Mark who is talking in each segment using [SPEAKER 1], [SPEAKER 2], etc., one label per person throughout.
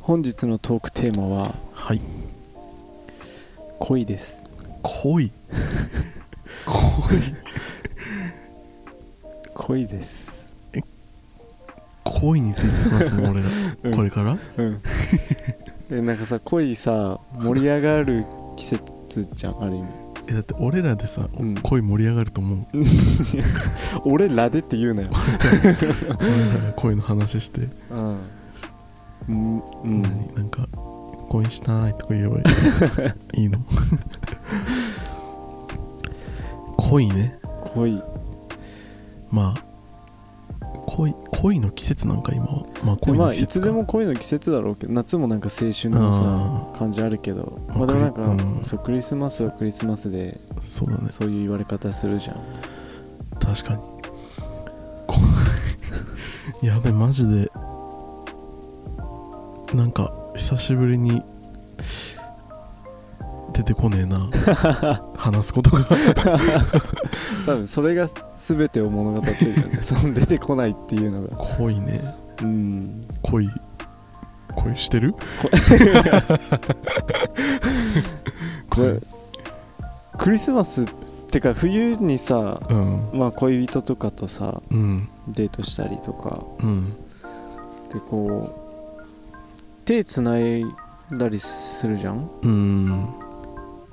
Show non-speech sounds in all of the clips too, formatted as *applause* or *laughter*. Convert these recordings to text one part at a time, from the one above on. [SPEAKER 1] 本日のトークテーマは
[SPEAKER 2] はい
[SPEAKER 1] 恋です
[SPEAKER 2] 濃い濃い
[SPEAKER 1] 恋です
[SPEAKER 2] 恋について話すの俺ら、
[SPEAKER 1] うん
[SPEAKER 2] これから
[SPEAKER 1] うんえなんかさ恋さ盛り上がる季節じゃんある意味
[SPEAKER 2] えだって俺らでさ、
[SPEAKER 1] うん
[SPEAKER 2] 恋盛り上がると思う
[SPEAKER 1] *laughs* 俺らでって言うなよ
[SPEAKER 2] 俺らが恋の話して、
[SPEAKER 1] うんうんうん
[SPEAKER 2] 何なんか恋したいとか言えばいいいいの恋ね
[SPEAKER 1] 恋
[SPEAKER 2] まあ恋恋の季節なんか今はまあ恋
[SPEAKER 1] ま
[SPEAKER 2] の
[SPEAKER 1] あ
[SPEAKER 2] 季
[SPEAKER 1] いつ
[SPEAKER 2] 節か
[SPEAKER 1] でも恋の季節だろうけど夏もなんか青春のさ感じあるけどまあでもなんか、
[SPEAKER 2] わかるうん
[SPEAKER 1] そうクリスマスはクリスマスで
[SPEAKER 2] そうだね
[SPEAKER 1] そういう言われ方するじゃん
[SPEAKER 2] 確かにこやべマジでなんか久しぶりに出てこねえな話すことが
[SPEAKER 1] 多分それが全てを物語ってるよねその出てこないっていうのが
[SPEAKER 2] 恋ね
[SPEAKER 1] うん
[SPEAKER 2] 恋恋してる
[SPEAKER 1] でクリスマスってか冬にさ
[SPEAKER 2] うん
[SPEAKER 1] まあ恋人とかとさ
[SPEAKER 2] うん
[SPEAKER 1] デートしたりとか
[SPEAKER 2] うん
[SPEAKER 1] でこう手つないだりするじゃん
[SPEAKER 2] うん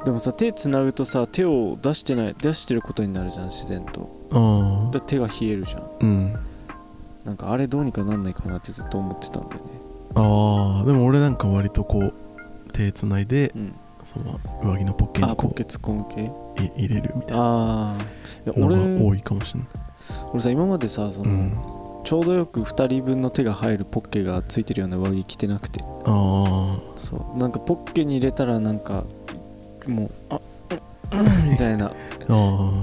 [SPEAKER 1] でもさ手つなぐとさ手を出してない出してることになるじゃん自然と
[SPEAKER 2] ああ
[SPEAKER 1] だ手が冷えるじゃん
[SPEAKER 2] うん
[SPEAKER 1] なんかあれどうにかなんないかなってずっと思ってたんだよね
[SPEAKER 2] ああでも俺なんか割とこう手つないで
[SPEAKER 1] うん
[SPEAKER 2] その上着のポッケ
[SPEAKER 1] あ
[SPEAKER 2] に
[SPEAKER 1] ポ
[SPEAKER 2] こ
[SPEAKER 1] ッケ突っ込む系
[SPEAKER 2] うい入れるみたい
[SPEAKER 1] ああ
[SPEAKER 2] な
[SPEAKER 1] 俺
[SPEAKER 2] のが多いかもしれない
[SPEAKER 1] 俺さ今までさその、
[SPEAKER 2] うん
[SPEAKER 1] ちょうどよく2人分の手が入るポッケがついてるような上着着てなくて
[SPEAKER 2] ああ
[SPEAKER 1] そうなんかポッケに入れたらなんかもうあ *laughs* うんうんみたいな
[SPEAKER 2] あ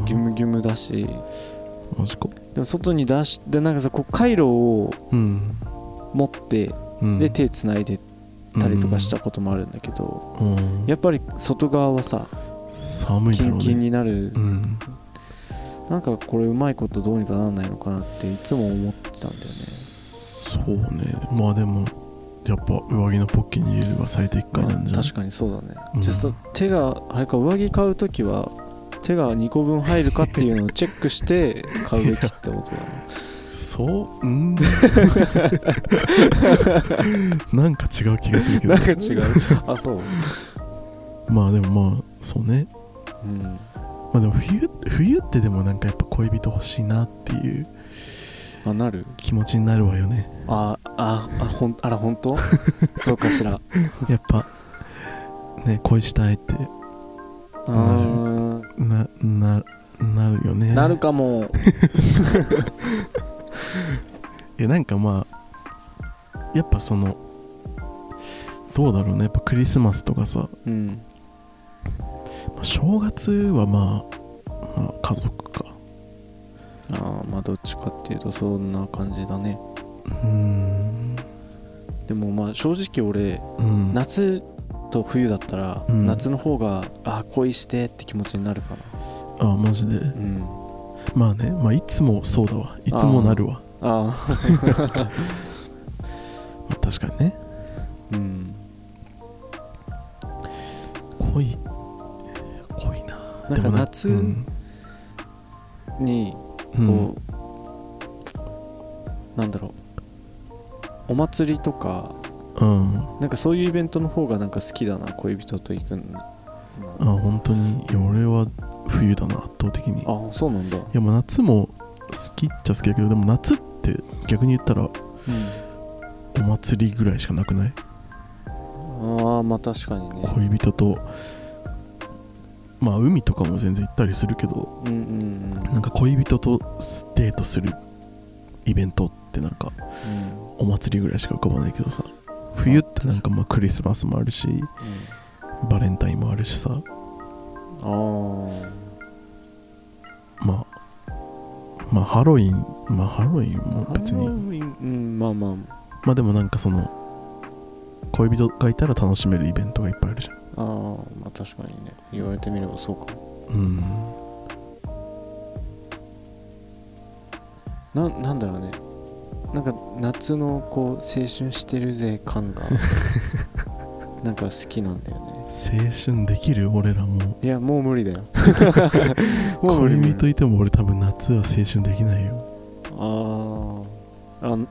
[SPEAKER 1] ギュムギュムだし
[SPEAKER 2] あマジか
[SPEAKER 1] でも外に出してなんかさこうカイロを
[SPEAKER 2] うん、
[SPEAKER 1] 持って
[SPEAKER 2] うん、
[SPEAKER 1] で手つないでたりとかしたこともあるんだけど、
[SPEAKER 2] うん、うん
[SPEAKER 1] やっぱり外側はさ
[SPEAKER 2] 寒い
[SPEAKER 1] キ
[SPEAKER 2] だろう
[SPEAKER 1] ン
[SPEAKER 2] ね
[SPEAKER 1] キンになる、
[SPEAKER 2] うん
[SPEAKER 1] なんかこれうまいことどうにかならないのかなっていつも思ってたんだよね
[SPEAKER 2] そうねまあでもやっぱ上着のポッケに入れれば最適解なん
[SPEAKER 1] ま
[SPEAKER 2] じゃな
[SPEAKER 1] あ
[SPEAKER 2] い
[SPEAKER 1] 確かにそうだね、
[SPEAKER 2] うん
[SPEAKER 1] ちょっと手があれか上着買う時は手が2個分入るかっていうのをチェックして買うべきってことだな
[SPEAKER 2] そううん *laughs* なんか違う気がするけど
[SPEAKER 1] なんか違うあそう、
[SPEAKER 2] まあでもまあそうね
[SPEAKER 1] うん、
[SPEAKER 2] まあでも冬冬ってでもなんかやっぱ恋人欲しいなっていう
[SPEAKER 1] あなる
[SPEAKER 2] 気持ちになるわよね
[SPEAKER 1] あああほんあら本当そうかしら
[SPEAKER 2] やっぱね恋したいって
[SPEAKER 1] あー
[SPEAKER 2] なななるよね
[SPEAKER 1] なるかも
[SPEAKER 2] いやなんかまあやっぱそのどうだろうねやっぱクリスマスとかさ、
[SPEAKER 1] うん
[SPEAKER 2] まあ正月はまあ、まあ、家族か
[SPEAKER 1] あーまあどっちかっていうとそんな感じだね
[SPEAKER 2] うーん
[SPEAKER 1] でもまあ正直俺
[SPEAKER 2] うん
[SPEAKER 1] 夏と冬だったら、
[SPEAKER 2] うん
[SPEAKER 1] 夏の方があ恋してって気持ちになるかな
[SPEAKER 2] あマジ
[SPEAKER 1] う
[SPEAKER 2] で
[SPEAKER 1] ん
[SPEAKER 2] まあねまあいつもそうだわいつもなるわ
[SPEAKER 1] あ
[SPEAKER 2] *laughs*
[SPEAKER 1] あ
[SPEAKER 2] まあ確かにね
[SPEAKER 1] うん
[SPEAKER 2] 濃い濃いな
[SPEAKER 1] な
[SPEAKER 2] で
[SPEAKER 1] んか
[SPEAKER 2] も
[SPEAKER 1] 夏
[SPEAKER 2] うん
[SPEAKER 1] に
[SPEAKER 2] うん
[SPEAKER 1] こう、なんだろうお祭りとか
[SPEAKER 2] うんあ
[SPEAKER 1] なんかそういうイベントの方がなんか好きだな恋人と行くのあ
[SPEAKER 2] 本当にいや俺は冬だな圧倒的にい
[SPEAKER 1] あそうなんだ、
[SPEAKER 2] やまあ夏も好きっちゃ好きだけどでも夏って逆に言ったらお祭りぐらいしかなくない
[SPEAKER 1] ああまあ確かにね
[SPEAKER 2] 恋人とまあ海とかも全然行ったりするけど
[SPEAKER 1] うんうんうん
[SPEAKER 2] なんか恋人とデートするイベントっってなんかお祭りぐらいしか浮かばないけどさ冬ってなんかまあクリスマスもあるしバレンタインもあるしさ
[SPEAKER 1] うんあ
[SPEAKER 2] まあまあハロウィンまあハロウィンも
[SPEAKER 1] あ
[SPEAKER 2] 別
[SPEAKER 1] ハロ
[SPEAKER 2] に
[SPEAKER 1] ウィンうんまあま
[SPEAKER 2] まあでもなんかその恋人がいたら楽しめるイベントがいっぱいあるじゃん
[SPEAKER 1] ああーまあ確かにね言われてみればそうかも
[SPEAKER 2] うん
[SPEAKER 1] ななんだろうねなんか夏のこう青春してるぜ感
[SPEAKER 2] *laughs*
[SPEAKER 1] がなんか好きなんだよね
[SPEAKER 2] 青春できる俺らも
[SPEAKER 1] いやもう無理
[SPEAKER 2] *laughs*
[SPEAKER 1] だよもう無理無
[SPEAKER 2] 恋
[SPEAKER 1] 理
[SPEAKER 2] 人いても俺多分夏は青春できないよ
[SPEAKER 1] あーあ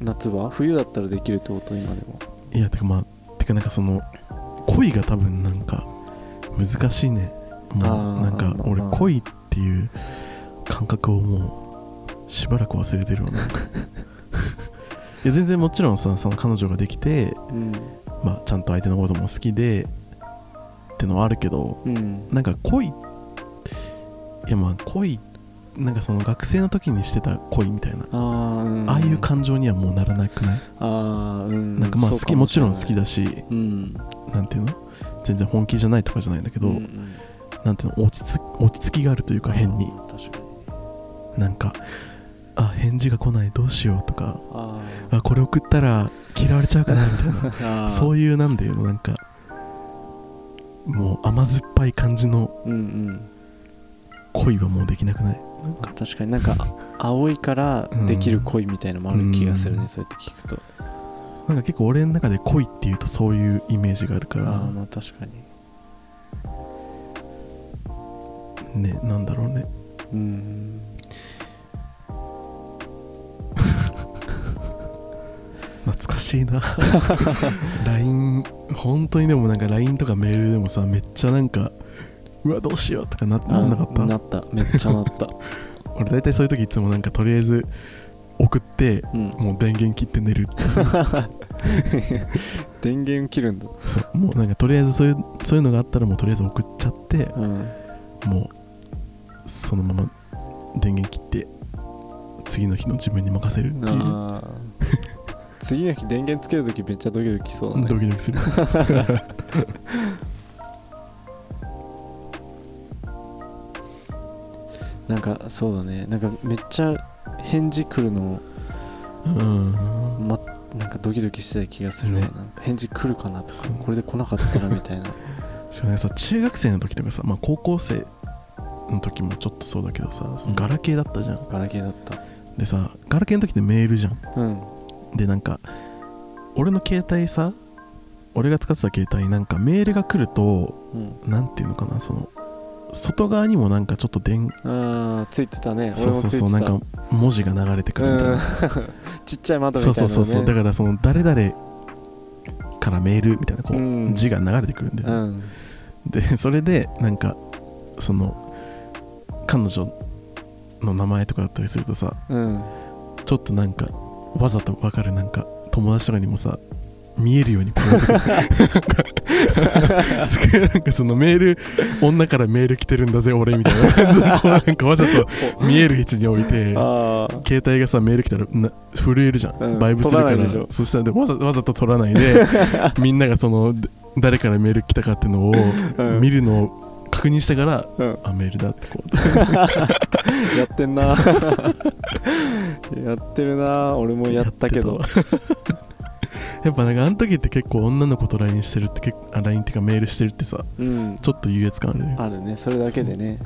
[SPEAKER 1] 夏は冬だったらできるってこと今でも
[SPEAKER 2] いやてかまあてかなんかその恋が多分なんか難しいねも
[SPEAKER 1] あー
[SPEAKER 2] うなんか
[SPEAKER 1] まあ
[SPEAKER 2] 俺
[SPEAKER 1] まあ
[SPEAKER 2] 恋っていう感覚をもうしばらく忘れてるわなん
[SPEAKER 1] *laughs*
[SPEAKER 2] かいや全然もちろんさその彼女ができて、
[SPEAKER 1] うん
[SPEAKER 2] まあ、ちゃんと相手のことも好きでってのはあるけど
[SPEAKER 1] うん
[SPEAKER 2] なんか恋いやまあ恋なんかその学生の時にしてた恋みたいな、
[SPEAKER 1] ああうん
[SPEAKER 2] ああいう感情にはもうならなくない、
[SPEAKER 1] ああうん
[SPEAKER 2] なんかまあ
[SPEAKER 1] そ
[SPEAKER 2] 好
[SPEAKER 1] う
[SPEAKER 2] き
[SPEAKER 1] か
[SPEAKER 2] も
[SPEAKER 1] し
[SPEAKER 2] ち
[SPEAKER 1] れ
[SPEAKER 2] ろ
[SPEAKER 1] なんい
[SPEAKER 2] 好きだし
[SPEAKER 1] うん
[SPEAKER 2] なんていうの全然本気じゃないとかじゃないんだけど、
[SPEAKER 1] うんうん
[SPEAKER 2] なんていうの落ちつ落ち着きがあるというか変に
[SPEAKER 1] あー確かに
[SPEAKER 2] なんかあ返事が来ないどうしようとか
[SPEAKER 1] あー
[SPEAKER 2] あこれ送ったら嫌われちゃうかなみたいな
[SPEAKER 1] *laughs* あー
[SPEAKER 2] *laughs* そういうなんだよなんかもう甘酸っぱい感じの
[SPEAKER 1] うんうん
[SPEAKER 2] 恋はもうできなくない
[SPEAKER 1] 確かになんか青いからできる恋みたいのもある気がするね、
[SPEAKER 2] うん
[SPEAKER 1] そうやって聞くと
[SPEAKER 2] なんか結構俺の中で恋っていうとそういうイメージがあるか
[SPEAKER 1] ああ
[SPEAKER 2] ら
[SPEAKER 1] まあ確かに
[SPEAKER 2] ねなんだろうね
[SPEAKER 1] うん
[SPEAKER 2] 懐かしい *laughs* な LINE 本当にでもなんか LINE とかメールでもさめっちゃなんかうわどうしようとかななんなかった
[SPEAKER 1] あーなっためっちゃなった
[SPEAKER 2] 俺大体そういう時いつもなんかとりあえず送って
[SPEAKER 1] うん
[SPEAKER 2] もう電源切って寝 *laughs* る
[SPEAKER 1] 電源切るんだ
[SPEAKER 2] そうもうなんかとりあえずそういうそういうのがあったらもうとりあえず送っちゃって
[SPEAKER 1] うん
[SPEAKER 2] もうそのまま電源切って次の日の自分に任せるっていう
[SPEAKER 1] *laughs* あー次の日電源つけるときめっちゃドキドキしそうだね
[SPEAKER 2] ドキドキする
[SPEAKER 1] なんかそうだねなんかめっちゃ返事来るの
[SPEAKER 2] うん
[SPEAKER 1] まなんかドキドキしてた気がするわ、
[SPEAKER 2] ね
[SPEAKER 1] なんか返事来るかなとか
[SPEAKER 2] そう
[SPEAKER 1] これで来なかったらみたいな
[SPEAKER 2] しかもねさ中学生の時とかさ、まあ、高校生の時もちょっとそうだけどさそのガラケーだったじゃん、
[SPEAKER 1] ガラケーだった
[SPEAKER 2] でさガラケーの時ってメールじゃん
[SPEAKER 1] うん
[SPEAKER 2] でなんか俺の携帯さ俺が使ってた携帯なんかメールが来ると
[SPEAKER 1] うん
[SPEAKER 2] なんていうのかなその外側にもなんかちょっと電
[SPEAKER 1] あーついてたね
[SPEAKER 2] そ
[SPEAKER 1] 俺
[SPEAKER 2] う
[SPEAKER 1] も
[SPEAKER 2] そ
[SPEAKER 1] つ
[SPEAKER 2] う
[SPEAKER 1] いてた
[SPEAKER 2] そうなんか文字が流れてくるみたいな、
[SPEAKER 1] うん *laughs* ちっちゃい窓みた
[SPEAKER 2] そ
[SPEAKER 1] いうな、
[SPEAKER 2] そ
[SPEAKER 1] ね、
[SPEAKER 2] うそうそうだからその誰々からメールみたいなこう、
[SPEAKER 1] うん
[SPEAKER 2] 字が流れてくるんだよね、
[SPEAKER 1] うん
[SPEAKER 2] でそれでなんかその彼女の名前とかだったりするとさ
[SPEAKER 1] うん
[SPEAKER 2] ちょっとなんかわざとわかるなんか友達とかにもさ見えるようにこうやってなんかすごいなんかそのメール女からメール来てるんだぜ俺みたいな感じでこうなんかわざと見える位置に置いて
[SPEAKER 1] あ
[SPEAKER 2] *laughs*
[SPEAKER 1] ー
[SPEAKER 2] 携帯がさメール来たらな震えるじゃん、
[SPEAKER 1] うん
[SPEAKER 2] バイブするから
[SPEAKER 1] 取らないでしょ
[SPEAKER 2] そしたらでわざわざと取らないでみんながそので誰からメール来たかっていうのを
[SPEAKER 1] うん
[SPEAKER 2] 見るのを確認してから、
[SPEAKER 1] うん
[SPEAKER 2] あメールだってこう
[SPEAKER 1] やってんな *laughs* やってるな俺もやったけど
[SPEAKER 2] やってた *laughs* やっぱなんかあの時って結構女の子と LINE してるって結構あ LINE っていうかメールしてるってさ
[SPEAKER 1] うん
[SPEAKER 2] ちょっと優越感あるね
[SPEAKER 1] あるねそれだけでね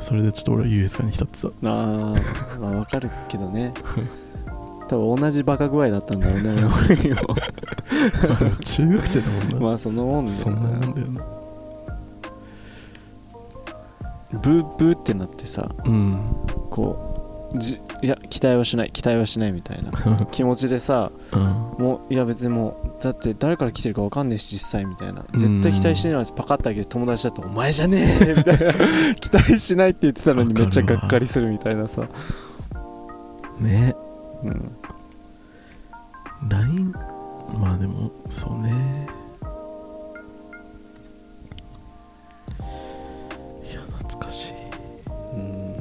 [SPEAKER 2] それでちょっと俺は優越感に浸
[SPEAKER 1] *laughs*
[SPEAKER 2] ってた
[SPEAKER 1] あーまあわかるけどね多分同じバカ具合だったんだ
[SPEAKER 2] *laughs*
[SPEAKER 1] ろうね俺も
[SPEAKER 2] 中学生だもんな、
[SPEAKER 1] まあそのもんだよ
[SPEAKER 2] そんなもんだよな
[SPEAKER 1] ブーブーってなってさ
[SPEAKER 2] うん *laughs*
[SPEAKER 1] こうじいや期待はしない期待はしないみたいな気持ちでさ
[SPEAKER 2] うん
[SPEAKER 1] もういや別にもうだって誰から来てるかわかんねえし実際みたいな絶対期待してないのにパカッて開けて友達だと「お前じゃねえ!」みたいな期待しないって言ってたのにめっちゃがっかりするみたいなさ、
[SPEAKER 2] ね
[SPEAKER 1] うん、
[SPEAKER 2] LINE まあでもそうねいや懐かしい
[SPEAKER 1] うん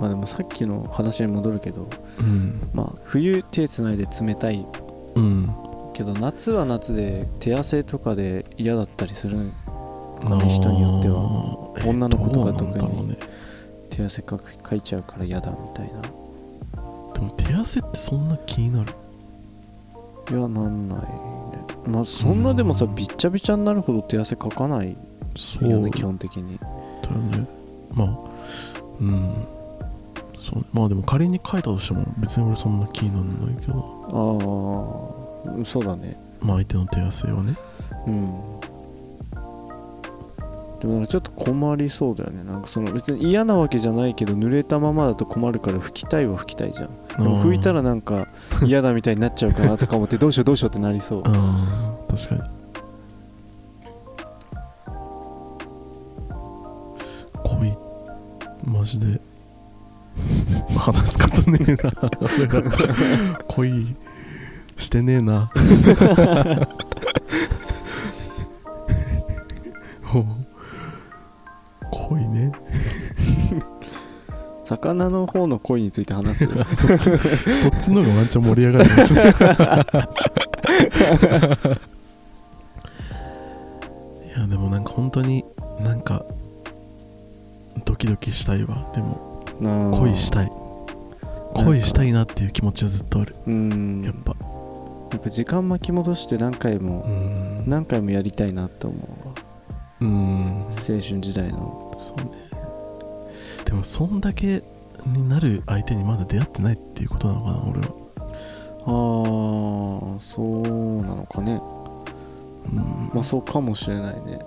[SPEAKER 1] まあでもさっきの話に戻るけど
[SPEAKER 2] うん
[SPEAKER 1] まあ冬手つないで冷たい
[SPEAKER 2] うん
[SPEAKER 1] けど夏は夏で手汗とかで嫌だったりするかね人によっては
[SPEAKER 2] あー
[SPEAKER 1] 女の子とか
[SPEAKER 2] どうなんだろうね
[SPEAKER 1] 手汗かくかいちゃうから嫌だみたいな
[SPEAKER 2] でも手汗ってそんな気になる
[SPEAKER 1] いやなんないねまあそんなでもさびっちゃびちゃになるほど手汗かかない
[SPEAKER 2] そう
[SPEAKER 1] よね基本的に
[SPEAKER 2] だよねまあうんそうねまあでも仮に書いたとしても別に俺そんな気にならないけど
[SPEAKER 1] ああそうだね
[SPEAKER 2] まあ相手の手汗はね
[SPEAKER 1] うんでもなんかちょっと困りそうだよねなんかその別に嫌なわけじゃないけど濡れたままだと困るから拭きたいは拭きたいじゃんでも拭いたらなん
[SPEAKER 2] *laughs*
[SPEAKER 1] か嫌だみたいになっちゃうかなとか思ってどうしようどうしようってなりそう
[SPEAKER 2] あー確かに恋マジで話すことねえな俺ら恋してねえな *laughs* お恋ね
[SPEAKER 1] 魚の方の恋について
[SPEAKER 2] *laughs*
[SPEAKER 1] 話す
[SPEAKER 2] そっちの方がワンチャン盛り上がるかもしれない *laughs* いやでもなんか本当になんかドキドキしたいわでも恋
[SPEAKER 1] 恋
[SPEAKER 2] したい
[SPEAKER 1] か
[SPEAKER 2] 恋したいなっていう気持ちはずっとある
[SPEAKER 1] うん
[SPEAKER 2] やっぱ
[SPEAKER 1] なんか時間巻き戻して何回
[SPEAKER 2] う
[SPEAKER 1] も
[SPEAKER 2] ん
[SPEAKER 1] 何回もやりたいなと思うわ
[SPEAKER 2] うん
[SPEAKER 1] 青春時代の
[SPEAKER 2] そうねでもそんだけになる相手にまだ出会ってないっていうことなのかな俺は
[SPEAKER 1] ああそうなのかね
[SPEAKER 2] うん
[SPEAKER 1] まあそうかもしれないね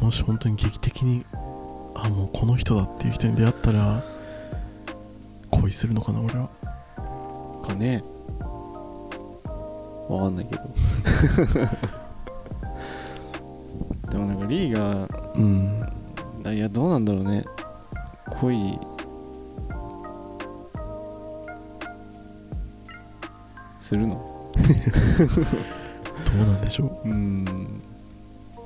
[SPEAKER 2] もし本当に劇的にあもうこの人だっていう人に出会ったら恋するのかな俺は
[SPEAKER 1] かねわかんないけど *laughs* でもなんかリーが
[SPEAKER 2] うん
[SPEAKER 1] あいやどうなんだろうね恋するの
[SPEAKER 2] どうなんでしょ
[SPEAKER 1] うん
[SPEAKER 2] う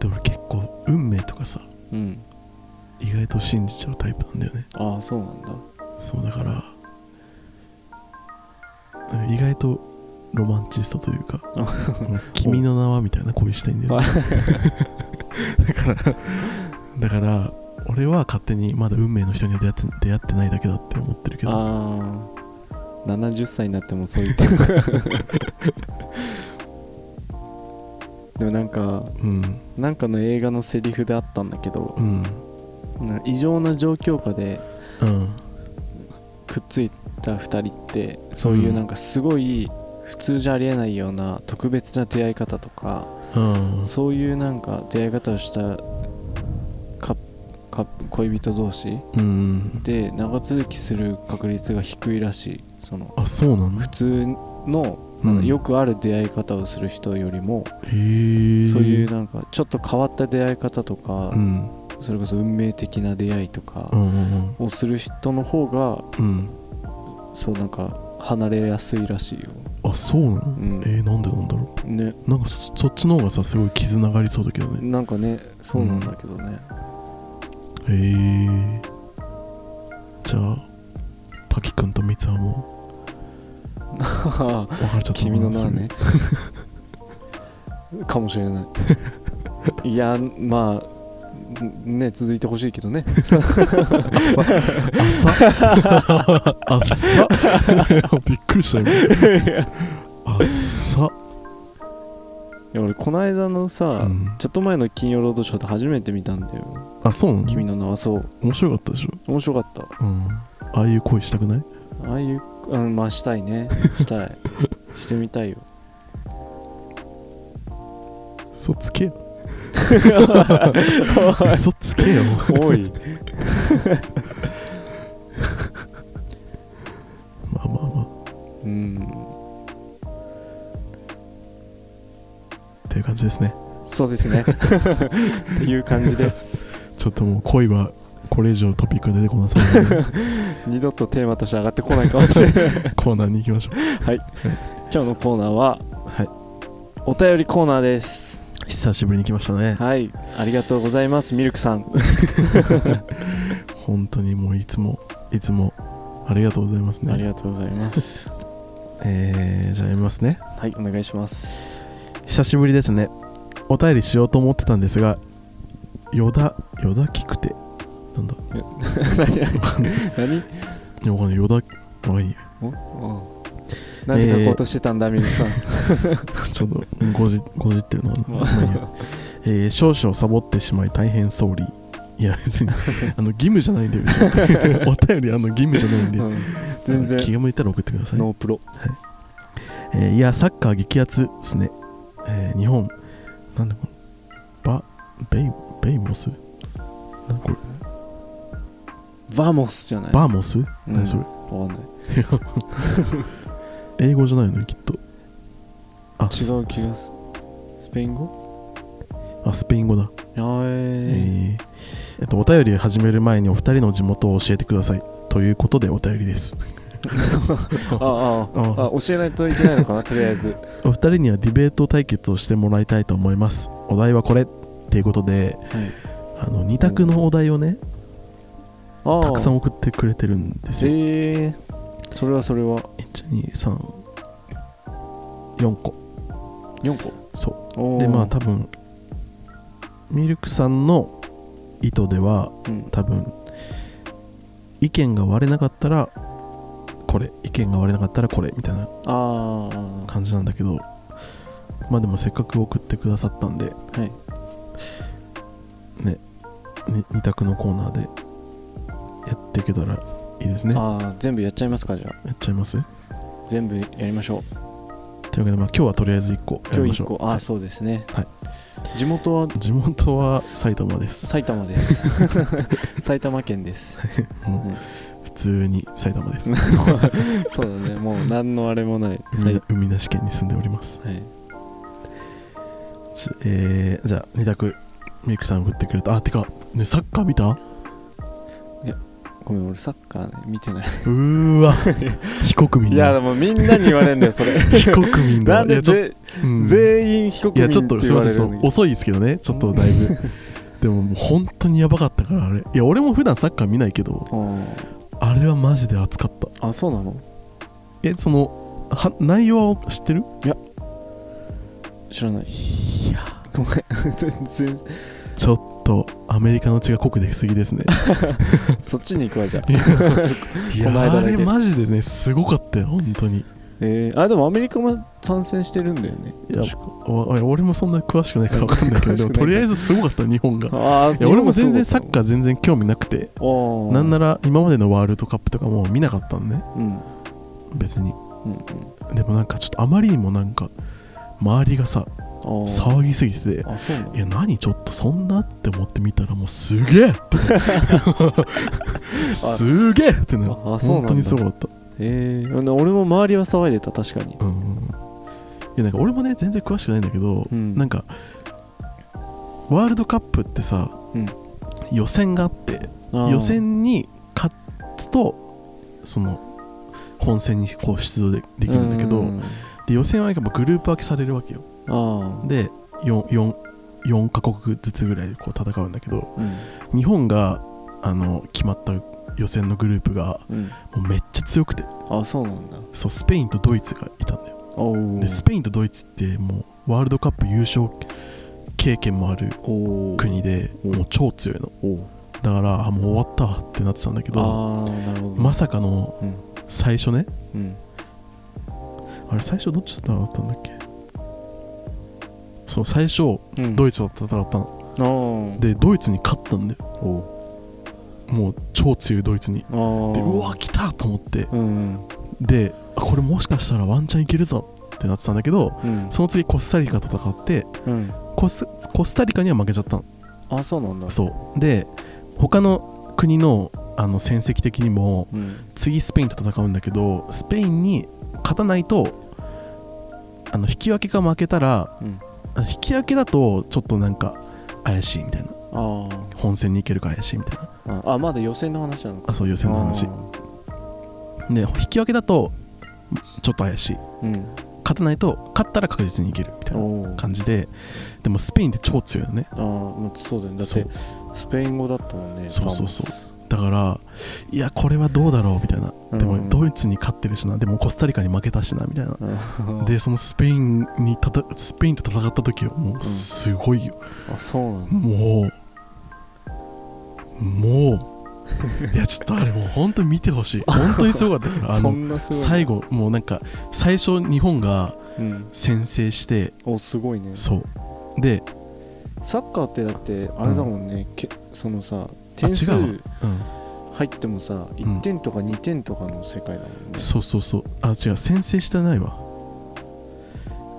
[SPEAKER 2] で俺結構運命とかさ
[SPEAKER 1] うん
[SPEAKER 2] 意外と信じちゃうタイプなんだよね
[SPEAKER 1] ああそうなんだ
[SPEAKER 2] そうだから意外とロマンチストという *laughs* か
[SPEAKER 1] あ
[SPEAKER 2] 「君の名は」みたいな恋したいんだよねだからだから俺は勝手にまだ運命の人には出会って出会ってないだけだって思ってるけど
[SPEAKER 1] ああ70歳になってもそう言ってでもなんか
[SPEAKER 2] うん
[SPEAKER 1] なんかの映画のセリフであったんだけど
[SPEAKER 2] うん
[SPEAKER 1] なんか異常な状況下で
[SPEAKER 2] うん
[SPEAKER 1] くっついた2人ってそういうなんかすごい普通じゃありえないような特別な出会い方とか
[SPEAKER 2] うん
[SPEAKER 1] そういうなんか出会い方をしたカップカップ恋人同士
[SPEAKER 2] うん
[SPEAKER 1] で長続きする確率が低いらしいその
[SPEAKER 2] あそうなの
[SPEAKER 1] 普通の
[SPEAKER 2] うん
[SPEAKER 1] よくある出会い方をする人よりも、
[SPEAKER 2] へえ
[SPEAKER 1] そういうなんかちょっと変わった出会い方とか、
[SPEAKER 2] うん
[SPEAKER 1] それこそ運命的な出会いと
[SPEAKER 2] う
[SPEAKER 1] か
[SPEAKER 2] んうん
[SPEAKER 1] をする人の方が
[SPEAKER 2] うん
[SPEAKER 1] そうなんか離れやすいらしいよ、
[SPEAKER 2] うんあそうなの、
[SPEAKER 1] うん
[SPEAKER 2] えー、なんでなんだろ
[SPEAKER 1] ね
[SPEAKER 2] うなんかそそっちの方がさすごい絆がありそうだけどね
[SPEAKER 1] なんかねそうなんだけどね、
[SPEAKER 2] へえじゃあ滝くんと三葉も
[SPEAKER 1] *laughs*
[SPEAKER 2] 別れちゃった
[SPEAKER 1] 君の名は
[SPEAKER 2] *laughs*
[SPEAKER 1] ねかもしれない *laughs* いやまあね続いてほしいけど
[SPEAKER 2] *laughs*
[SPEAKER 1] ね
[SPEAKER 2] あっさあっ
[SPEAKER 1] *laughs*
[SPEAKER 2] さびっくりした今あっさ、
[SPEAKER 1] いや俺この間のさ、
[SPEAKER 2] うん
[SPEAKER 1] ちょっと前の金曜ロードショーで初めて見たんだよ
[SPEAKER 2] あそうなの
[SPEAKER 1] 君の名はそう
[SPEAKER 2] 面白かったでしょ
[SPEAKER 1] 面白かった
[SPEAKER 2] うんああいう恋したくない
[SPEAKER 1] ああいううんまあしたい *laughs* ねしたいしてみ *laughs* たいよ
[SPEAKER 2] 嘘つけよ嘘つけよ
[SPEAKER 1] おい
[SPEAKER 2] まあまあまあ
[SPEAKER 1] うん
[SPEAKER 2] っていう感じですね
[SPEAKER 1] そうですねっていう感じです
[SPEAKER 2] ちょっともう恋はこれ以上トピック出てこなさい、 *laughs* ね、
[SPEAKER 1] 二度とテーマとして上がってこないかもしれ *laughs* ない
[SPEAKER 2] コーナーに行きましょう
[SPEAKER 1] 今日のコーナーは、
[SPEAKER 2] はい
[SPEAKER 1] お便りコーナーです
[SPEAKER 2] 久しぶりに来ましたね
[SPEAKER 1] はいありがとうございますミルクさん
[SPEAKER 2] 本当にもういつもいつもありがとうございます
[SPEAKER 1] あり
[SPEAKER 2] ね
[SPEAKER 1] がとうございます
[SPEAKER 2] えー、じゃあ読みますね
[SPEAKER 1] はいお願いし *laughs* ます
[SPEAKER 2] 久しぶりですねお便りしようと思ってたんですがよだよだきくてなんだ
[SPEAKER 1] 何
[SPEAKER 2] いやわかんないよだまあいいや
[SPEAKER 1] おなんで書こうとしてたんだ、ミルクさん
[SPEAKER 2] ちょっとごじごじってるのかな、まあいいやえー少々サボってしまい大変総理いや
[SPEAKER 1] *laughs*
[SPEAKER 2] 別にあの義務じゃないんで別にお便りあの義務じゃないんで、
[SPEAKER 1] うん全
[SPEAKER 2] あの気
[SPEAKER 1] 然
[SPEAKER 2] が向いたら送ってください、
[SPEAKER 1] ノープロ
[SPEAKER 2] えーいやサッカー激アツですね、えー日本なんだこのバベイベイモスなんこれ
[SPEAKER 1] バモスじゃない
[SPEAKER 2] バーモス、
[SPEAKER 1] うん
[SPEAKER 2] 何それ
[SPEAKER 1] わかんない
[SPEAKER 2] 英語じゃないのよきっとあ
[SPEAKER 1] 違う気
[SPEAKER 2] ス
[SPEAKER 1] がすスペイン語
[SPEAKER 2] あスペイン語だ、
[SPEAKER 1] や
[SPEAKER 2] え
[SPEAKER 1] え
[SPEAKER 2] ーえっと、お便り始める前にお二人の地元を教えてくださいということでお便りです
[SPEAKER 1] ー、ああああ教えないといけないのかなとりあえず
[SPEAKER 2] お二人にはディベート対決をしてもらいたいと思いますお題はこれっていうことで
[SPEAKER 1] はい
[SPEAKER 2] あの2択のお題をね
[SPEAKER 1] ああ
[SPEAKER 2] たくさん送ってくれてるんですよ
[SPEAKER 1] ええそれはそれは
[SPEAKER 2] 1234個
[SPEAKER 1] 4個
[SPEAKER 2] そ
[SPEAKER 1] お
[SPEAKER 2] う
[SPEAKER 1] ー
[SPEAKER 2] でまあ多分ミルクさんの意図では
[SPEAKER 1] うん
[SPEAKER 2] 多分意見が割れなかったらこれ意見が割れなかったらこれみたいな
[SPEAKER 1] ああ
[SPEAKER 2] 感じなんだけどまあでもせっかく送ってくださったんで、
[SPEAKER 1] はい
[SPEAKER 2] 2択のコーナーでやっていけたらいいですねや
[SPEAKER 1] ああ全部やっちゃいますかじゃあ
[SPEAKER 2] っちゃいます
[SPEAKER 1] 全部やりましょう
[SPEAKER 2] というわけで、まあ、今日はとりあえず1個やり
[SPEAKER 1] 今
[SPEAKER 2] ま
[SPEAKER 1] 日
[SPEAKER 2] しょ
[SPEAKER 1] 1
[SPEAKER 2] う
[SPEAKER 1] 個ああそうですね
[SPEAKER 2] はい
[SPEAKER 1] 地元は
[SPEAKER 2] 地元は埼玉です
[SPEAKER 1] 埼玉です
[SPEAKER 2] *laughs*
[SPEAKER 1] 埼玉県です
[SPEAKER 2] も
[SPEAKER 1] うん
[SPEAKER 2] う普通に埼玉です
[SPEAKER 1] そうだねもう何のあれもない
[SPEAKER 2] 海
[SPEAKER 1] 埼
[SPEAKER 2] な海なし県に住んでおります
[SPEAKER 1] はい
[SPEAKER 2] ちえー、じゃあ2択ミクさん送ってくれたあてか、ね、サッカー見たう
[SPEAKER 1] ごめん俺サッカーね見てない
[SPEAKER 2] ー
[SPEAKER 1] *laughs*
[SPEAKER 2] わ非国民
[SPEAKER 1] いやで
[SPEAKER 2] だ
[SPEAKER 1] もみんなに言われるんだよそれ
[SPEAKER 2] 非国民だ
[SPEAKER 1] なんで
[SPEAKER 2] いやちょ
[SPEAKER 1] ぜ
[SPEAKER 2] っとうん
[SPEAKER 1] 全員被
[SPEAKER 2] い
[SPEAKER 1] 告
[SPEAKER 2] やち
[SPEAKER 1] 人
[SPEAKER 2] ょっ
[SPEAKER 1] って
[SPEAKER 2] とすい
[SPEAKER 1] 言
[SPEAKER 2] ま
[SPEAKER 1] わ
[SPEAKER 2] せ
[SPEAKER 1] れる
[SPEAKER 2] んそ
[SPEAKER 1] んだ
[SPEAKER 2] う
[SPEAKER 1] けど
[SPEAKER 2] 遅いですけどねちょっとだいぶ *laughs* でももう本当にやばかったからあれいや俺も普段サッカー見ないけどあれはマジで熱かった
[SPEAKER 1] あーあそうなの
[SPEAKER 2] えそのは内容は知ってる
[SPEAKER 1] 知らない
[SPEAKER 2] いや
[SPEAKER 1] ごめん全然
[SPEAKER 2] ちょっとアメリカの血が濃く出すぎです *laughs* ね
[SPEAKER 1] そっちに行くわじゃあ
[SPEAKER 2] いや
[SPEAKER 1] この間だ
[SPEAKER 2] あ
[SPEAKER 1] け
[SPEAKER 2] れマジでねすごかったよ本当にい
[SPEAKER 1] えー、あれでもアメリカも参戦してるんだよね
[SPEAKER 2] やおい俺もそんな詳しくないから分かんないけどでもとりあえずすごかった日 *laughs* 本が
[SPEAKER 1] ああ
[SPEAKER 2] いや俺も全然サッカー全然興味なくて
[SPEAKER 1] ーお
[SPEAKER 2] なんな
[SPEAKER 1] ら
[SPEAKER 2] ら今までのワールドカップとかもう見なかったんね
[SPEAKER 1] うん
[SPEAKER 2] 別に
[SPEAKER 1] うんうん
[SPEAKER 2] でもなんかちょっとあまりにもなんか周りがさ
[SPEAKER 1] あー
[SPEAKER 2] 騒ぎすぎてて
[SPEAKER 1] あそうなの
[SPEAKER 2] いや何ちょっとそんなって思ってみたらもうすげ
[SPEAKER 1] *laughs*
[SPEAKER 2] えってすげえってな
[SPEAKER 1] あそうなん
[SPEAKER 2] 本
[SPEAKER 1] だ
[SPEAKER 2] 当にすごかった
[SPEAKER 1] えー、な俺も周りは騒いでた確かに
[SPEAKER 2] うんうんうんいやなんか俺もね全然詳しくないんだけど、
[SPEAKER 1] うん
[SPEAKER 2] なんかワールドカップってさ、
[SPEAKER 1] うん
[SPEAKER 2] 予選があって
[SPEAKER 1] あー
[SPEAKER 2] 予選に勝つとその本戦にこう出場でできるんだけど、
[SPEAKER 1] ううん
[SPEAKER 2] で予選はやっぱグループ分けされるわけよ
[SPEAKER 1] あ
[SPEAKER 2] で 4, 4, 4カ国ずつぐらいこう戦うんだけど
[SPEAKER 1] あうん
[SPEAKER 2] 日本があの決まった予選のグループが
[SPEAKER 1] うん
[SPEAKER 2] もうめっちゃ強くて
[SPEAKER 1] あそうなんだ
[SPEAKER 2] そうスペインとドイツがいたんだよ
[SPEAKER 1] おー
[SPEAKER 2] でスペインとドイツってもうワールドカップ優勝経験もある
[SPEAKER 1] おー
[SPEAKER 2] 国で
[SPEAKER 1] うん
[SPEAKER 2] もう超強いの
[SPEAKER 1] おー
[SPEAKER 2] だからあもう終わったわってなってたんだけど
[SPEAKER 1] ああなるほど
[SPEAKER 2] まさかの
[SPEAKER 1] うん
[SPEAKER 2] 最初ね
[SPEAKER 1] うん
[SPEAKER 2] あれ最初どっちと戦ったんだっけそう最初
[SPEAKER 1] うん
[SPEAKER 2] ドイツと戦ったの
[SPEAKER 1] あー
[SPEAKER 2] でドイツに勝ったんだよ
[SPEAKER 1] お
[SPEAKER 2] もう超強いドイツに
[SPEAKER 1] あー
[SPEAKER 2] でうわ来たと思って
[SPEAKER 1] うんうん
[SPEAKER 2] であこれもしかしたらワンチャンいけるぞってなってたんだけど
[SPEAKER 1] うん
[SPEAKER 2] その次コスタリカと戦って
[SPEAKER 1] うん
[SPEAKER 2] コスコスタリカには負けちゃったの
[SPEAKER 1] あそうなんだ
[SPEAKER 2] そうで他の国のあの戦績的にも
[SPEAKER 1] うん
[SPEAKER 2] 次スペインと戦うんだけどスペインに勝たないとあの引き分けか負けたら、
[SPEAKER 1] うん
[SPEAKER 2] あの引き分けだとちょっとなんか怪しいみたいな
[SPEAKER 1] あー
[SPEAKER 2] 本戦に行けるか怪しいみたいな
[SPEAKER 1] ああまだ予選の話なのか
[SPEAKER 2] あそう予選の話
[SPEAKER 1] あー
[SPEAKER 2] で引き分けだとちょっと怪しい
[SPEAKER 1] うん
[SPEAKER 2] 勝てないと勝ったら確実にいけるみたいな
[SPEAKER 1] おー
[SPEAKER 2] 感じででもスペインって超強いよね
[SPEAKER 1] あーもうそうだよねだっ
[SPEAKER 2] そ
[SPEAKER 1] て
[SPEAKER 2] う
[SPEAKER 1] スペイン語だったもんね
[SPEAKER 2] そうそうだからいやこれはどうだろうみたいな
[SPEAKER 1] うん
[SPEAKER 2] でもドイツに勝ってるしなでもコスタリカに負けたしなみたいな
[SPEAKER 1] うで
[SPEAKER 2] でそのスペインにたたスペインと戦った時はもうすごいよ、
[SPEAKER 1] *laughs* あそうなんだ
[SPEAKER 2] もうも
[SPEAKER 1] *laughs*
[SPEAKER 2] ういやちょっとあれもう本当に見てほしい本当にすごかったからあ
[SPEAKER 1] そ
[SPEAKER 2] の
[SPEAKER 1] んなすごい
[SPEAKER 2] 最後もうなんか最初日本が
[SPEAKER 1] うん
[SPEAKER 2] 先制して
[SPEAKER 1] おすごいね
[SPEAKER 2] そうで、
[SPEAKER 1] サッカーってだってあれだもんね、けそのさ点数
[SPEAKER 2] 違ううん、
[SPEAKER 1] 入ってもさ1点とか2点とかの世界だもんね、
[SPEAKER 2] そうそうそうあ違う先制してないわ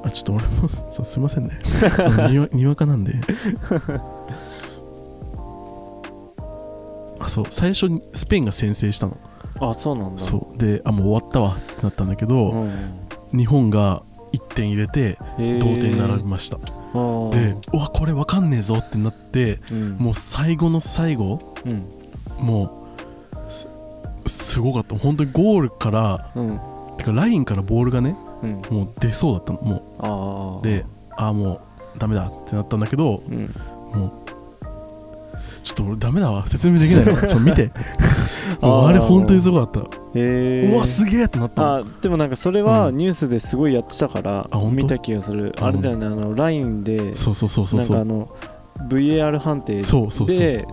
[SPEAKER 2] あちょっと俺も *laughs* そうすいません
[SPEAKER 1] *laughs*
[SPEAKER 2] ねあのにわにわかなんであそう最初にスペインが先制したの
[SPEAKER 1] あそうなんだ
[SPEAKER 2] そうであもう終わったわってなったんだけど、
[SPEAKER 1] ん
[SPEAKER 2] 日本が1点入れて
[SPEAKER 1] へー
[SPEAKER 2] 同点に並びました、
[SPEAKER 1] あー
[SPEAKER 2] でうわこれわかんねえぞってなって
[SPEAKER 1] うん、
[SPEAKER 2] もう最後の最後
[SPEAKER 1] うん、
[SPEAKER 2] もうすすごかった本当にゴールから
[SPEAKER 1] うん、
[SPEAKER 2] てかラインからボールがね
[SPEAKER 1] うん、
[SPEAKER 2] もう出そうだったの
[SPEAKER 1] ああ、
[SPEAKER 2] もう、でああもうダメだってなったんだけど
[SPEAKER 1] うん、
[SPEAKER 2] もうちょっと俺ダメだわ説明でき
[SPEAKER 1] *laughs*
[SPEAKER 2] ないわちょっと見ても
[SPEAKER 1] あ
[SPEAKER 2] う
[SPEAKER 1] ー
[SPEAKER 2] あれ本当にすごかった、
[SPEAKER 1] えー、
[SPEAKER 2] うわすげえってなったの
[SPEAKER 1] あでもなんかそれは
[SPEAKER 2] うん
[SPEAKER 1] ニュースですごいやってたから、
[SPEAKER 2] あほんと
[SPEAKER 1] 見た気がする、
[SPEAKER 2] うん
[SPEAKER 1] あれだよねあの LINE で
[SPEAKER 2] そうそうそうそう
[SPEAKER 1] なん
[SPEAKER 2] そ
[SPEAKER 1] かあ
[SPEAKER 2] う
[SPEAKER 1] の VAR 判定で
[SPEAKER 2] そうそうそう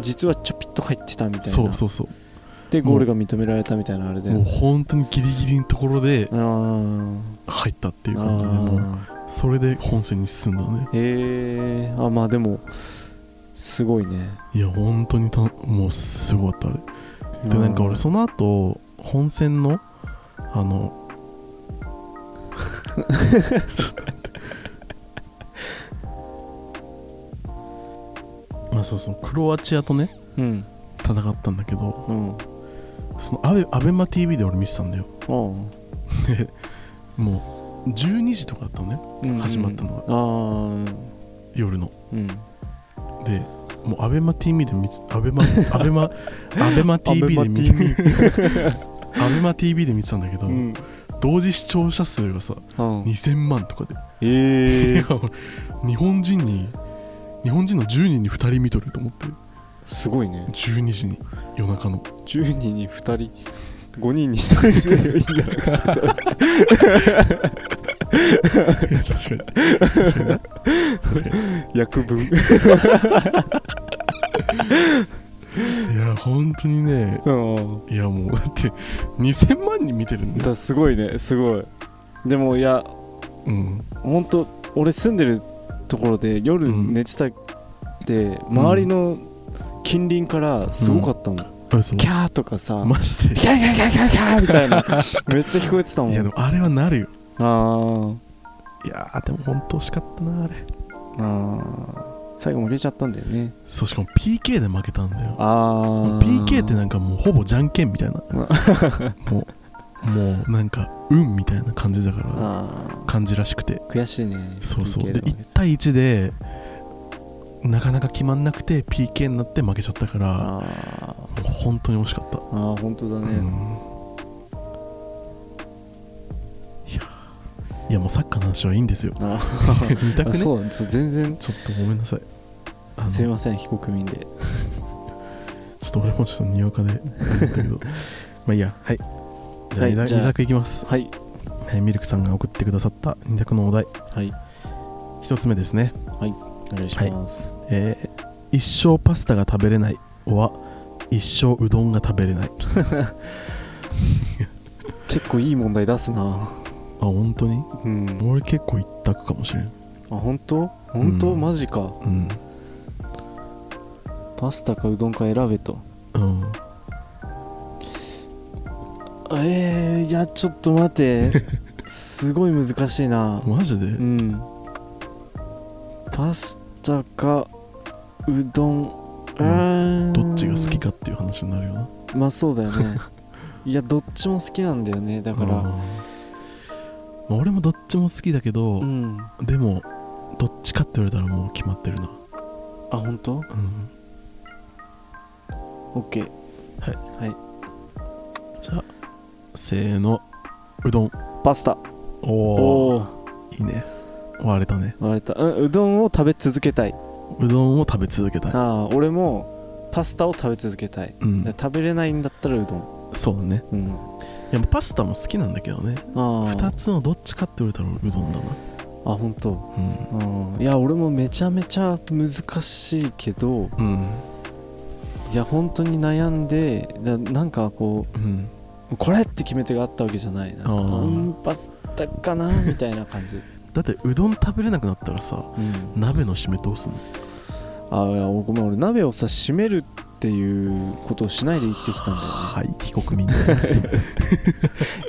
[SPEAKER 1] 実はちょぴっと入ってたみたいな
[SPEAKER 2] そうそうそ
[SPEAKER 1] でゴールが認められたみたいなあれ
[SPEAKER 2] う
[SPEAKER 1] だよ
[SPEAKER 2] もう
[SPEAKER 1] ね
[SPEAKER 2] 本当にギリギリのところで
[SPEAKER 1] あー
[SPEAKER 2] 入ったっていう感じでもう
[SPEAKER 1] あ
[SPEAKER 2] それで本戦に進んだね
[SPEAKER 1] ーへえー、あまあでもすごいね
[SPEAKER 2] いや本当にたもうすごかったあれでなんか俺その後本戦のあのちょっと待ってまあそうそうクロアチアとね
[SPEAKER 1] うん
[SPEAKER 2] 戦ったんだけど
[SPEAKER 1] うんあ
[SPEAKER 2] そのアベアベマ t v で俺見てたんだよ
[SPEAKER 1] ー
[SPEAKER 2] でもう12時とかだったのね
[SPEAKER 1] うん
[SPEAKER 2] 始まったのが
[SPEAKER 1] あー
[SPEAKER 2] 夜の
[SPEAKER 1] うん
[SPEAKER 2] でもうアベマ t v で見つアベ
[SPEAKER 1] *laughs*
[SPEAKER 2] マアベマアベマ t v で見
[SPEAKER 1] ABEMA TV
[SPEAKER 2] アベマ t v で見てたんだけど、
[SPEAKER 1] うん
[SPEAKER 2] 同時視聴者数がさ
[SPEAKER 1] うん
[SPEAKER 2] 2000万とかでい
[SPEAKER 1] え
[SPEAKER 2] や
[SPEAKER 1] ー、
[SPEAKER 2] 俺日本人に日本人の10人に2人見とると思って
[SPEAKER 1] すごいね
[SPEAKER 2] 12時に夜中の
[SPEAKER 1] 10人に2人5人に1人すればいいんじゃ
[SPEAKER 2] *laughs*
[SPEAKER 1] ないかってそれ
[SPEAKER 2] いや確かに確かに確か
[SPEAKER 1] 約分
[SPEAKER 2] にいや本当にね
[SPEAKER 1] うん
[SPEAKER 2] いやもうだって2000万人見てる
[SPEAKER 1] だ
[SPEAKER 2] んだよ
[SPEAKER 1] からすごいねすごいでもいや
[SPEAKER 2] うん
[SPEAKER 1] ほんと俺住んでるところで夜
[SPEAKER 2] うん
[SPEAKER 1] 寝てたって周りの近隣からすごかったもん、
[SPEAKER 2] あそう
[SPEAKER 1] キャーとかさ
[SPEAKER 2] マジで
[SPEAKER 1] キャーキャーキャーキャーキャーみたいなめっちゃ聞こえてたも
[SPEAKER 2] いやで
[SPEAKER 1] ん
[SPEAKER 2] もあれはなるよ
[SPEAKER 1] あ
[SPEAKER 2] いやーでも本当惜しかったなあれ
[SPEAKER 1] ーあー最後負けちゃったんだよね
[SPEAKER 2] そうしかも PK で負けたんだよ
[SPEAKER 1] ああ
[SPEAKER 2] PK ってなんかもうほぼじゃんけんみたいなもうもうなんか運みたいな感じだから
[SPEAKER 1] あ
[SPEAKER 2] 感じらしくて
[SPEAKER 1] ー悔しいね
[SPEAKER 2] そうそう
[SPEAKER 1] PK
[SPEAKER 2] で
[SPEAKER 1] とかね
[SPEAKER 2] 1対1でなかなか決まんなくて PK になって負けちゃったからも
[SPEAKER 1] あー
[SPEAKER 2] う本当に惜しかった、
[SPEAKER 1] あー本当だ
[SPEAKER 2] う
[SPEAKER 1] ね、
[SPEAKER 2] んいやいやもうサッカーの話はいいん
[SPEAKER 1] *laughs*
[SPEAKER 2] ですよ
[SPEAKER 1] あ
[SPEAKER 2] 見たく
[SPEAKER 1] あ
[SPEAKER 2] ねち
[SPEAKER 1] そ
[SPEAKER 2] ょっ
[SPEAKER 1] うちょ全然
[SPEAKER 2] とごめんなさいあの
[SPEAKER 1] す
[SPEAKER 2] ち
[SPEAKER 1] い
[SPEAKER 2] ょ
[SPEAKER 1] ません非国民で
[SPEAKER 2] っと俺もちょっとにわかであれ
[SPEAKER 1] *laughs*
[SPEAKER 2] だけどまあいいやはいじゃあ
[SPEAKER 1] はい
[SPEAKER 2] 2択,、
[SPEAKER 1] じゃあ
[SPEAKER 2] い、択いきます、
[SPEAKER 1] はい
[SPEAKER 2] はい、ミルクさんが送ってくださった2択のお題
[SPEAKER 1] はい
[SPEAKER 2] 1つ目ですね
[SPEAKER 1] お願いします、
[SPEAKER 2] えー一生パスタが食べれないは一生うどんが食べ
[SPEAKER 1] *laughs*
[SPEAKER 2] れないあ
[SPEAKER 1] 結構いい問題出すな
[SPEAKER 2] 本当に
[SPEAKER 1] うん
[SPEAKER 2] 俺結構一択かもしれん
[SPEAKER 1] あ本当本当、
[SPEAKER 2] うん
[SPEAKER 1] マジか
[SPEAKER 2] うん
[SPEAKER 1] パスタかうどんか選べと
[SPEAKER 2] うん
[SPEAKER 1] えー、いやちょっと待
[SPEAKER 2] *laughs*
[SPEAKER 1] てすごい難しいな
[SPEAKER 2] マジで、
[SPEAKER 1] うんパスタかうどんうーん
[SPEAKER 2] どっちが好きかっていう話になるよな
[SPEAKER 1] まあそうだよ
[SPEAKER 2] *laughs*
[SPEAKER 1] ねいやどっちも好きなんだよねだか
[SPEAKER 2] うん
[SPEAKER 1] ら
[SPEAKER 2] まあ、俺もどっちも好きだけど、
[SPEAKER 1] うん
[SPEAKER 2] でもどっちかって言われたらもう決まってるな
[SPEAKER 1] あ本当
[SPEAKER 2] うん
[SPEAKER 1] オッケー
[SPEAKER 2] じゃあせーのうどん
[SPEAKER 1] パスタ
[SPEAKER 2] おお
[SPEAKER 1] おお
[SPEAKER 2] いいね割れたね
[SPEAKER 1] 割れたうんうどんを食べ続けたいう
[SPEAKER 2] どんを食べ続けたい、
[SPEAKER 1] ああ俺もパスタを食べ続けたい、
[SPEAKER 2] うん
[SPEAKER 1] で、食べれないんだったらうどん
[SPEAKER 2] そうだね
[SPEAKER 1] うん
[SPEAKER 2] いやパスタも好きなんだけどね
[SPEAKER 1] あ
[SPEAKER 2] 2
[SPEAKER 1] あ
[SPEAKER 2] つのどっちかって言われたら俺うどんだな
[SPEAKER 1] あ本当。うんいや俺もめちゃめちゃ難しいけど
[SPEAKER 2] うんうん
[SPEAKER 1] いや本当に悩んでだなんかこ
[SPEAKER 2] うん
[SPEAKER 1] うこれって決め手があったわけじゃないな
[SPEAKER 2] ああ
[SPEAKER 1] うんパスタかなみたいな *laughs* 感じ、
[SPEAKER 2] だってうどん食べれなくなったらさ
[SPEAKER 1] うん、
[SPEAKER 2] 鍋の締めどうすんの
[SPEAKER 1] あいやごめん俺鍋をさ閉めるっていうことをしないで生きてきたんだよね
[SPEAKER 2] はい非国民なんです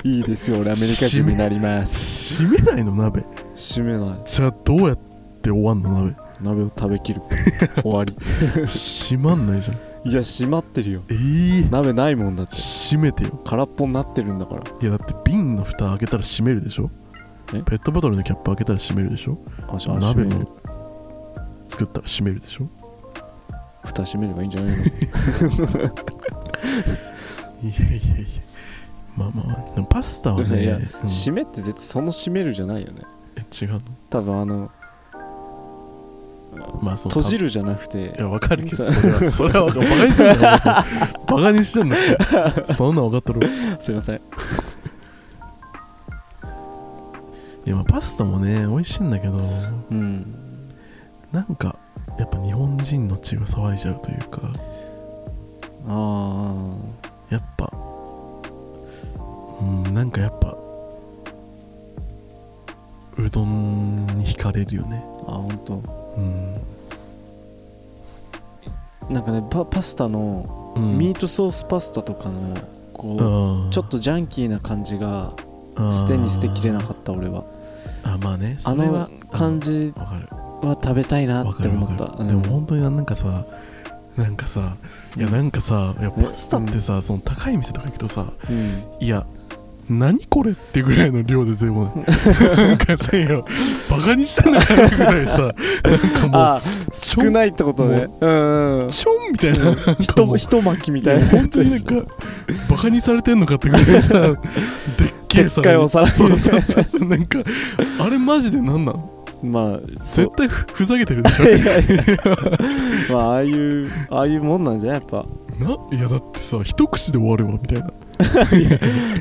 [SPEAKER 1] *laughs* いいですよ俺アメリカ人になります *laughs*
[SPEAKER 2] 締めないの鍋
[SPEAKER 1] 閉めない
[SPEAKER 2] じゃあどうやって終わんの鍋
[SPEAKER 1] 鍋を食べきる *laughs* 終わり
[SPEAKER 2] 締まんないじゃん
[SPEAKER 1] いや閉まってるよ
[SPEAKER 2] ええ
[SPEAKER 1] 鍋ないもんだって
[SPEAKER 2] 締めてよ
[SPEAKER 1] 空っぽになってるんだから
[SPEAKER 2] いやだって瓶の蓋開けたら閉めるでしょペ
[SPEAKER 1] え
[SPEAKER 2] ットボトルのキャップ開けたら閉めるでしょ
[SPEAKER 1] あしあ閉
[SPEAKER 2] 鍋
[SPEAKER 1] める
[SPEAKER 2] の作ったら閉めるでしょ
[SPEAKER 1] 蓋閉めればいいんじゃ *laughs* ないの
[SPEAKER 2] いやいやいやまあまあまあでもパスタは
[SPEAKER 1] でもさ
[SPEAKER 2] ね
[SPEAKER 1] いや、
[SPEAKER 2] うん
[SPEAKER 1] 閉めって絶対その閉めるじゃないよね
[SPEAKER 2] え違うの
[SPEAKER 1] 多分あの
[SPEAKER 2] まあそう
[SPEAKER 1] 閉じるじゃなくて
[SPEAKER 2] いやわかるけど
[SPEAKER 1] そう
[SPEAKER 2] それはそれはバカにすんなよバカにしてんのかそんなん分かっとる
[SPEAKER 1] すいません
[SPEAKER 2] いやまあパスタもね美味しいんだけど
[SPEAKER 1] うん
[SPEAKER 2] なんかやっぱ日本人の血が騒いじゃうというか
[SPEAKER 1] あ
[SPEAKER 2] やっぱうんなんかやっぱうどんに惹かれるよね
[SPEAKER 1] ーあ本当。
[SPEAKER 2] うん、
[SPEAKER 1] なんかねパパスタの
[SPEAKER 2] うん、
[SPEAKER 1] ミートソースパスタとかのこう、ちょっとジャンキーな感じが
[SPEAKER 2] と
[SPEAKER 1] 捨てに捨てきれなかった俺は
[SPEAKER 2] あまあね
[SPEAKER 1] あ
[SPEAKER 2] それは
[SPEAKER 1] の感じ
[SPEAKER 2] わかる
[SPEAKER 1] は食べたいな
[SPEAKER 2] わ
[SPEAKER 1] っ
[SPEAKER 2] か
[SPEAKER 1] て
[SPEAKER 2] る
[SPEAKER 1] 思
[SPEAKER 2] わ
[SPEAKER 1] った
[SPEAKER 2] か
[SPEAKER 1] う
[SPEAKER 2] る
[SPEAKER 1] ん
[SPEAKER 2] でも本当になんかさなんかさいやなんかさいやパスタってさその高い店とか行くとさ
[SPEAKER 1] うん
[SPEAKER 2] いや何これってぐらいの量で出てこ
[SPEAKER 1] *laughs*
[SPEAKER 2] ないなんかさいやバカにしてんのかなってぐらいさなんか
[SPEAKER 1] あ少ないってことねうん
[SPEAKER 2] *laughs*
[SPEAKER 1] うん
[SPEAKER 2] もうちょんみたいな
[SPEAKER 1] ひ
[SPEAKER 2] 人
[SPEAKER 1] とひと巻きみ
[SPEAKER 2] み
[SPEAKER 1] たいな
[SPEAKER 2] 本当になんかバカにされてんのかってぐらい
[SPEAKER 1] *laughs*
[SPEAKER 2] さでっけえさ
[SPEAKER 1] でっかいお皿に
[SPEAKER 2] そうそうそうそうなんかあれマジでなんなん
[SPEAKER 1] *laughs* まあそう
[SPEAKER 2] 絶対ふふざけてるでしょ
[SPEAKER 1] まあああいうああいうもんなんじゃないやっぱ *laughs*
[SPEAKER 2] ないやだってさ一口で終わるわみたいな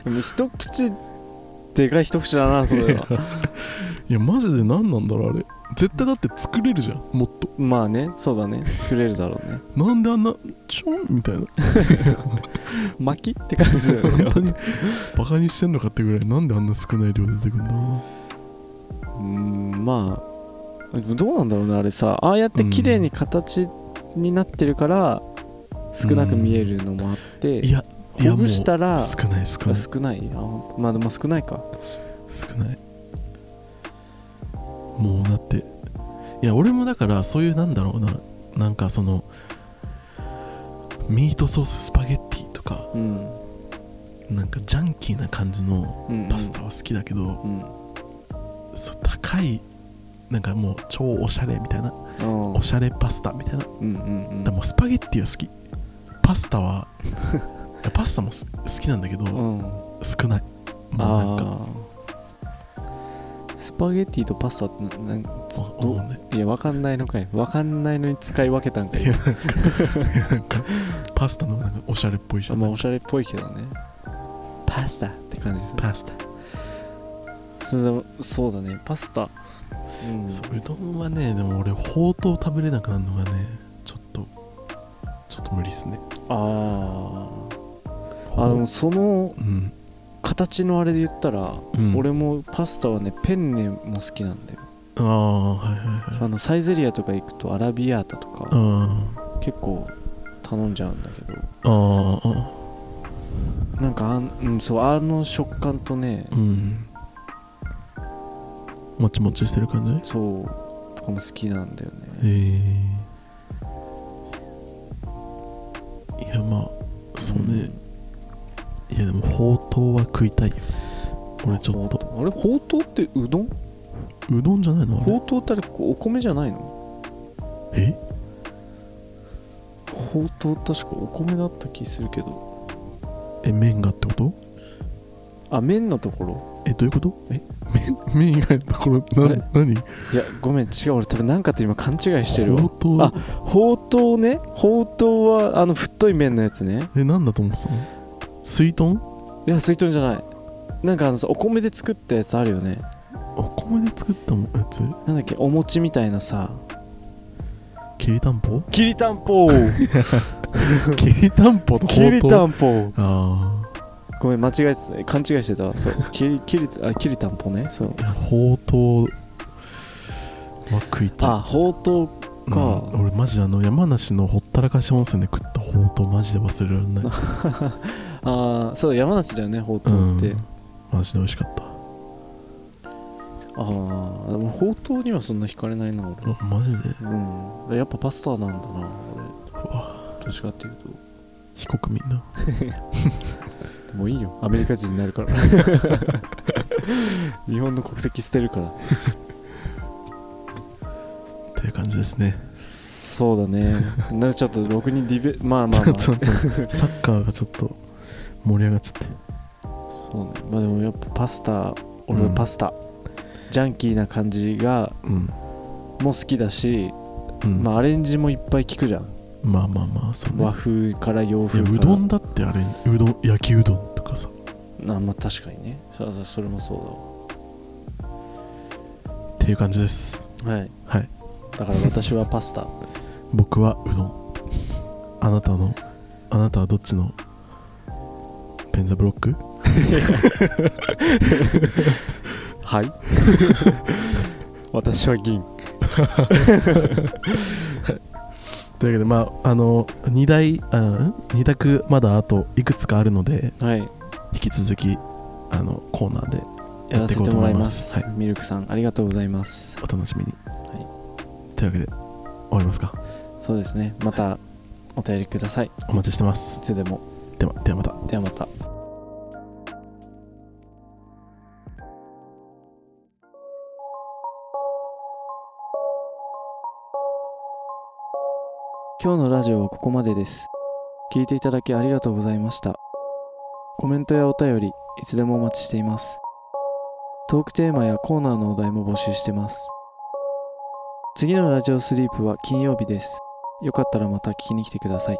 [SPEAKER 1] でも一口でかい一口だ
[SPEAKER 2] *laughs*
[SPEAKER 1] なそれは
[SPEAKER 2] いやマジで何なんだろうあれ絶対だって作れるじゃんもっと
[SPEAKER 1] まあねそうだね作れるだろうね
[SPEAKER 2] なんであんなちょんみたいな
[SPEAKER 1] 巻きって感じだよね
[SPEAKER 2] 本当にバカにしてんのかってぐらいなんであんな少ない量出てくんだろ
[SPEAKER 1] うんまあでもどうなんだろうねあれさああやって綺麗に形になってるから少なく見えるのもあって、
[SPEAKER 2] ういやいや
[SPEAKER 1] ほぐしたら
[SPEAKER 2] もう少ない少ない
[SPEAKER 1] 少ないあほんとまあでも少ないか
[SPEAKER 2] 少ないもうだっていや俺もだからそういうなんだろうななんかそのミートソーススパゲッティとか
[SPEAKER 1] うん、
[SPEAKER 2] なんかジャンキーな感じの
[SPEAKER 1] うん、
[SPEAKER 2] パスタは好きだけど、
[SPEAKER 1] うん
[SPEAKER 2] そう高いなんかもう超おしゃれみたいな
[SPEAKER 1] うん
[SPEAKER 2] おしゃれパスタみたいな
[SPEAKER 1] うんうんうん
[SPEAKER 2] でもスパゲッティは好きパス
[SPEAKER 1] *laughs*
[SPEAKER 2] タはいやパスタもす好きなんだけど
[SPEAKER 1] うん
[SPEAKER 2] 少ないもうなんか
[SPEAKER 1] あースパゲッティとパスタってなん
[SPEAKER 2] お
[SPEAKER 1] ど
[SPEAKER 2] 思
[SPEAKER 1] *laughs*
[SPEAKER 2] うね
[SPEAKER 1] いやわかんないのかいわかんないのに使い分けたんかい
[SPEAKER 2] いやなんかいやなんかパスタのなんかおしゃれっぽいじゃ
[SPEAKER 1] あ
[SPEAKER 2] ん
[SPEAKER 1] まあおしゃれっぽいけどねパスタって感じですね
[SPEAKER 2] パスタ、
[SPEAKER 1] そうそうだねパスタうん
[SPEAKER 2] そううどんはねでも俺ほうとう食べれなくなるのがねちょっとちょっと無理っすね
[SPEAKER 1] あーあ
[SPEAKER 2] ほう
[SPEAKER 1] でもその
[SPEAKER 2] うん
[SPEAKER 1] 形のあれで言ったら、
[SPEAKER 2] うん
[SPEAKER 1] 俺もパスタはねペンネも好きなんだよ、
[SPEAKER 2] ああはいはいはい
[SPEAKER 1] あのサイゼリアとか行くとアラビアータとか、
[SPEAKER 2] あ
[SPEAKER 1] 結構頼んじゃうんだけど
[SPEAKER 2] あああ
[SPEAKER 1] なんかあん、うん、そうあの食感とね、
[SPEAKER 2] うんもちもちしてる感じ
[SPEAKER 1] そうとかも好きなんだよね
[SPEAKER 2] えー、いやまあそうね、いやでもほうとうは食いたいよ俺ちょっと
[SPEAKER 1] あれほうとうってうどん
[SPEAKER 2] うどんじゃないのあれ
[SPEAKER 1] ほうとうってあれこうお米じゃないの
[SPEAKER 2] え
[SPEAKER 1] ほうとう確かお米だった気するけど
[SPEAKER 2] え麺がってこと
[SPEAKER 1] あ麺のところ
[SPEAKER 2] えどういうこと
[SPEAKER 1] え
[SPEAKER 2] 目目以外のところ
[SPEAKER 1] あれ
[SPEAKER 2] な何
[SPEAKER 1] いやごめん違う俺多分なんかと今勘違いしてるわ
[SPEAKER 2] ほうとう
[SPEAKER 1] あほうとうねほうとうはあの太い麺のやつね
[SPEAKER 2] え何だと思ってたの水豚
[SPEAKER 1] いや水筒じゃないなんかあのさお米で作ったやつあるよね
[SPEAKER 2] お米で作ったもんやつ
[SPEAKER 1] なんだっけお餅みたいなさ
[SPEAKER 2] きりた
[SPEAKER 1] *laughs*
[SPEAKER 2] んぽ
[SPEAKER 1] きりたんぽ
[SPEAKER 2] きりたんぽと
[SPEAKER 1] きりた
[SPEAKER 2] ん
[SPEAKER 1] んぽ
[SPEAKER 2] あ
[SPEAKER 1] *laughs* ごめん間違えてた勘違いしてたわそうきりきりあきりたんぽねそう
[SPEAKER 2] あいやほうとうは食いたい
[SPEAKER 1] あほうとうか
[SPEAKER 2] うん俺マジあの山梨のほったらかし温泉で食ったほうとうマジで忘れら
[SPEAKER 1] *laughs*
[SPEAKER 2] れない
[SPEAKER 1] あーそう山梨だよねほうとうって、
[SPEAKER 2] うんマジで美味しかった
[SPEAKER 1] ああでもほうとうにはそんな惹かれないな俺
[SPEAKER 2] あマジで
[SPEAKER 1] うんやっぱパスタなんだな
[SPEAKER 2] うわ
[SPEAKER 1] 俺どっちかっていうと
[SPEAKER 2] 非国民だ
[SPEAKER 1] でもいいよアメリカ人になる
[SPEAKER 2] *laughs*
[SPEAKER 1] から日本の国籍捨てるから
[SPEAKER 2] っていう感じですね
[SPEAKER 1] そうだねなんかちょっと僕にディベまあまあ、まあ、
[SPEAKER 2] *laughs* ち
[SPEAKER 1] そ
[SPEAKER 2] ょ
[SPEAKER 1] う
[SPEAKER 2] っとサッカーがちょっと盛り上がっちゃって
[SPEAKER 1] ねまあでもやっぱパスタ俺
[SPEAKER 2] う
[SPEAKER 1] は
[SPEAKER 2] ん
[SPEAKER 1] パスタ、ジャンキーな感じが
[SPEAKER 2] うん、
[SPEAKER 1] も好きだし、
[SPEAKER 2] う
[SPEAKER 1] ま
[SPEAKER 2] ん、まあ
[SPEAKER 1] あアレンジもいっぱい聞くじゃん、
[SPEAKER 2] まあまあまあそうね
[SPEAKER 1] 和風から洋
[SPEAKER 2] いや
[SPEAKER 1] 風から
[SPEAKER 2] うどんだってあれうどん焼きうどんとかさ
[SPEAKER 1] あまあ確かにねそそれもそう
[SPEAKER 2] っていう感じです
[SPEAKER 1] だわはい
[SPEAKER 2] はい
[SPEAKER 1] だから私はパスタ
[SPEAKER 2] 僕はうどんあなたのあなたはどっちのペンザブロック
[SPEAKER 1] *laughs* はい私は銀
[SPEAKER 2] というわけでまああの2台あ2択まだあといくつかあるので
[SPEAKER 1] はい
[SPEAKER 2] 引き続きあのコーナーで
[SPEAKER 1] やらせてもらいます
[SPEAKER 2] やっていこうと思います
[SPEAKER 1] ミルクさんありがとうございます
[SPEAKER 2] お楽しみに、というわけで終わりますか
[SPEAKER 1] そうですねまたお便りください
[SPEAKER 2] お待ちしてます
[SPEAKER 1] いつでも
[SPEAKER 2] ではではまた
[SPEAKER 1] ではまた今日のラジオはここまでです聞いていただきありがとうございましたコメントやお便りいつでもお待ちしていますトークテーマやコーナーのお題も募集してます次のラジオスリープは金曜日ですよかったらまた聞きに来てください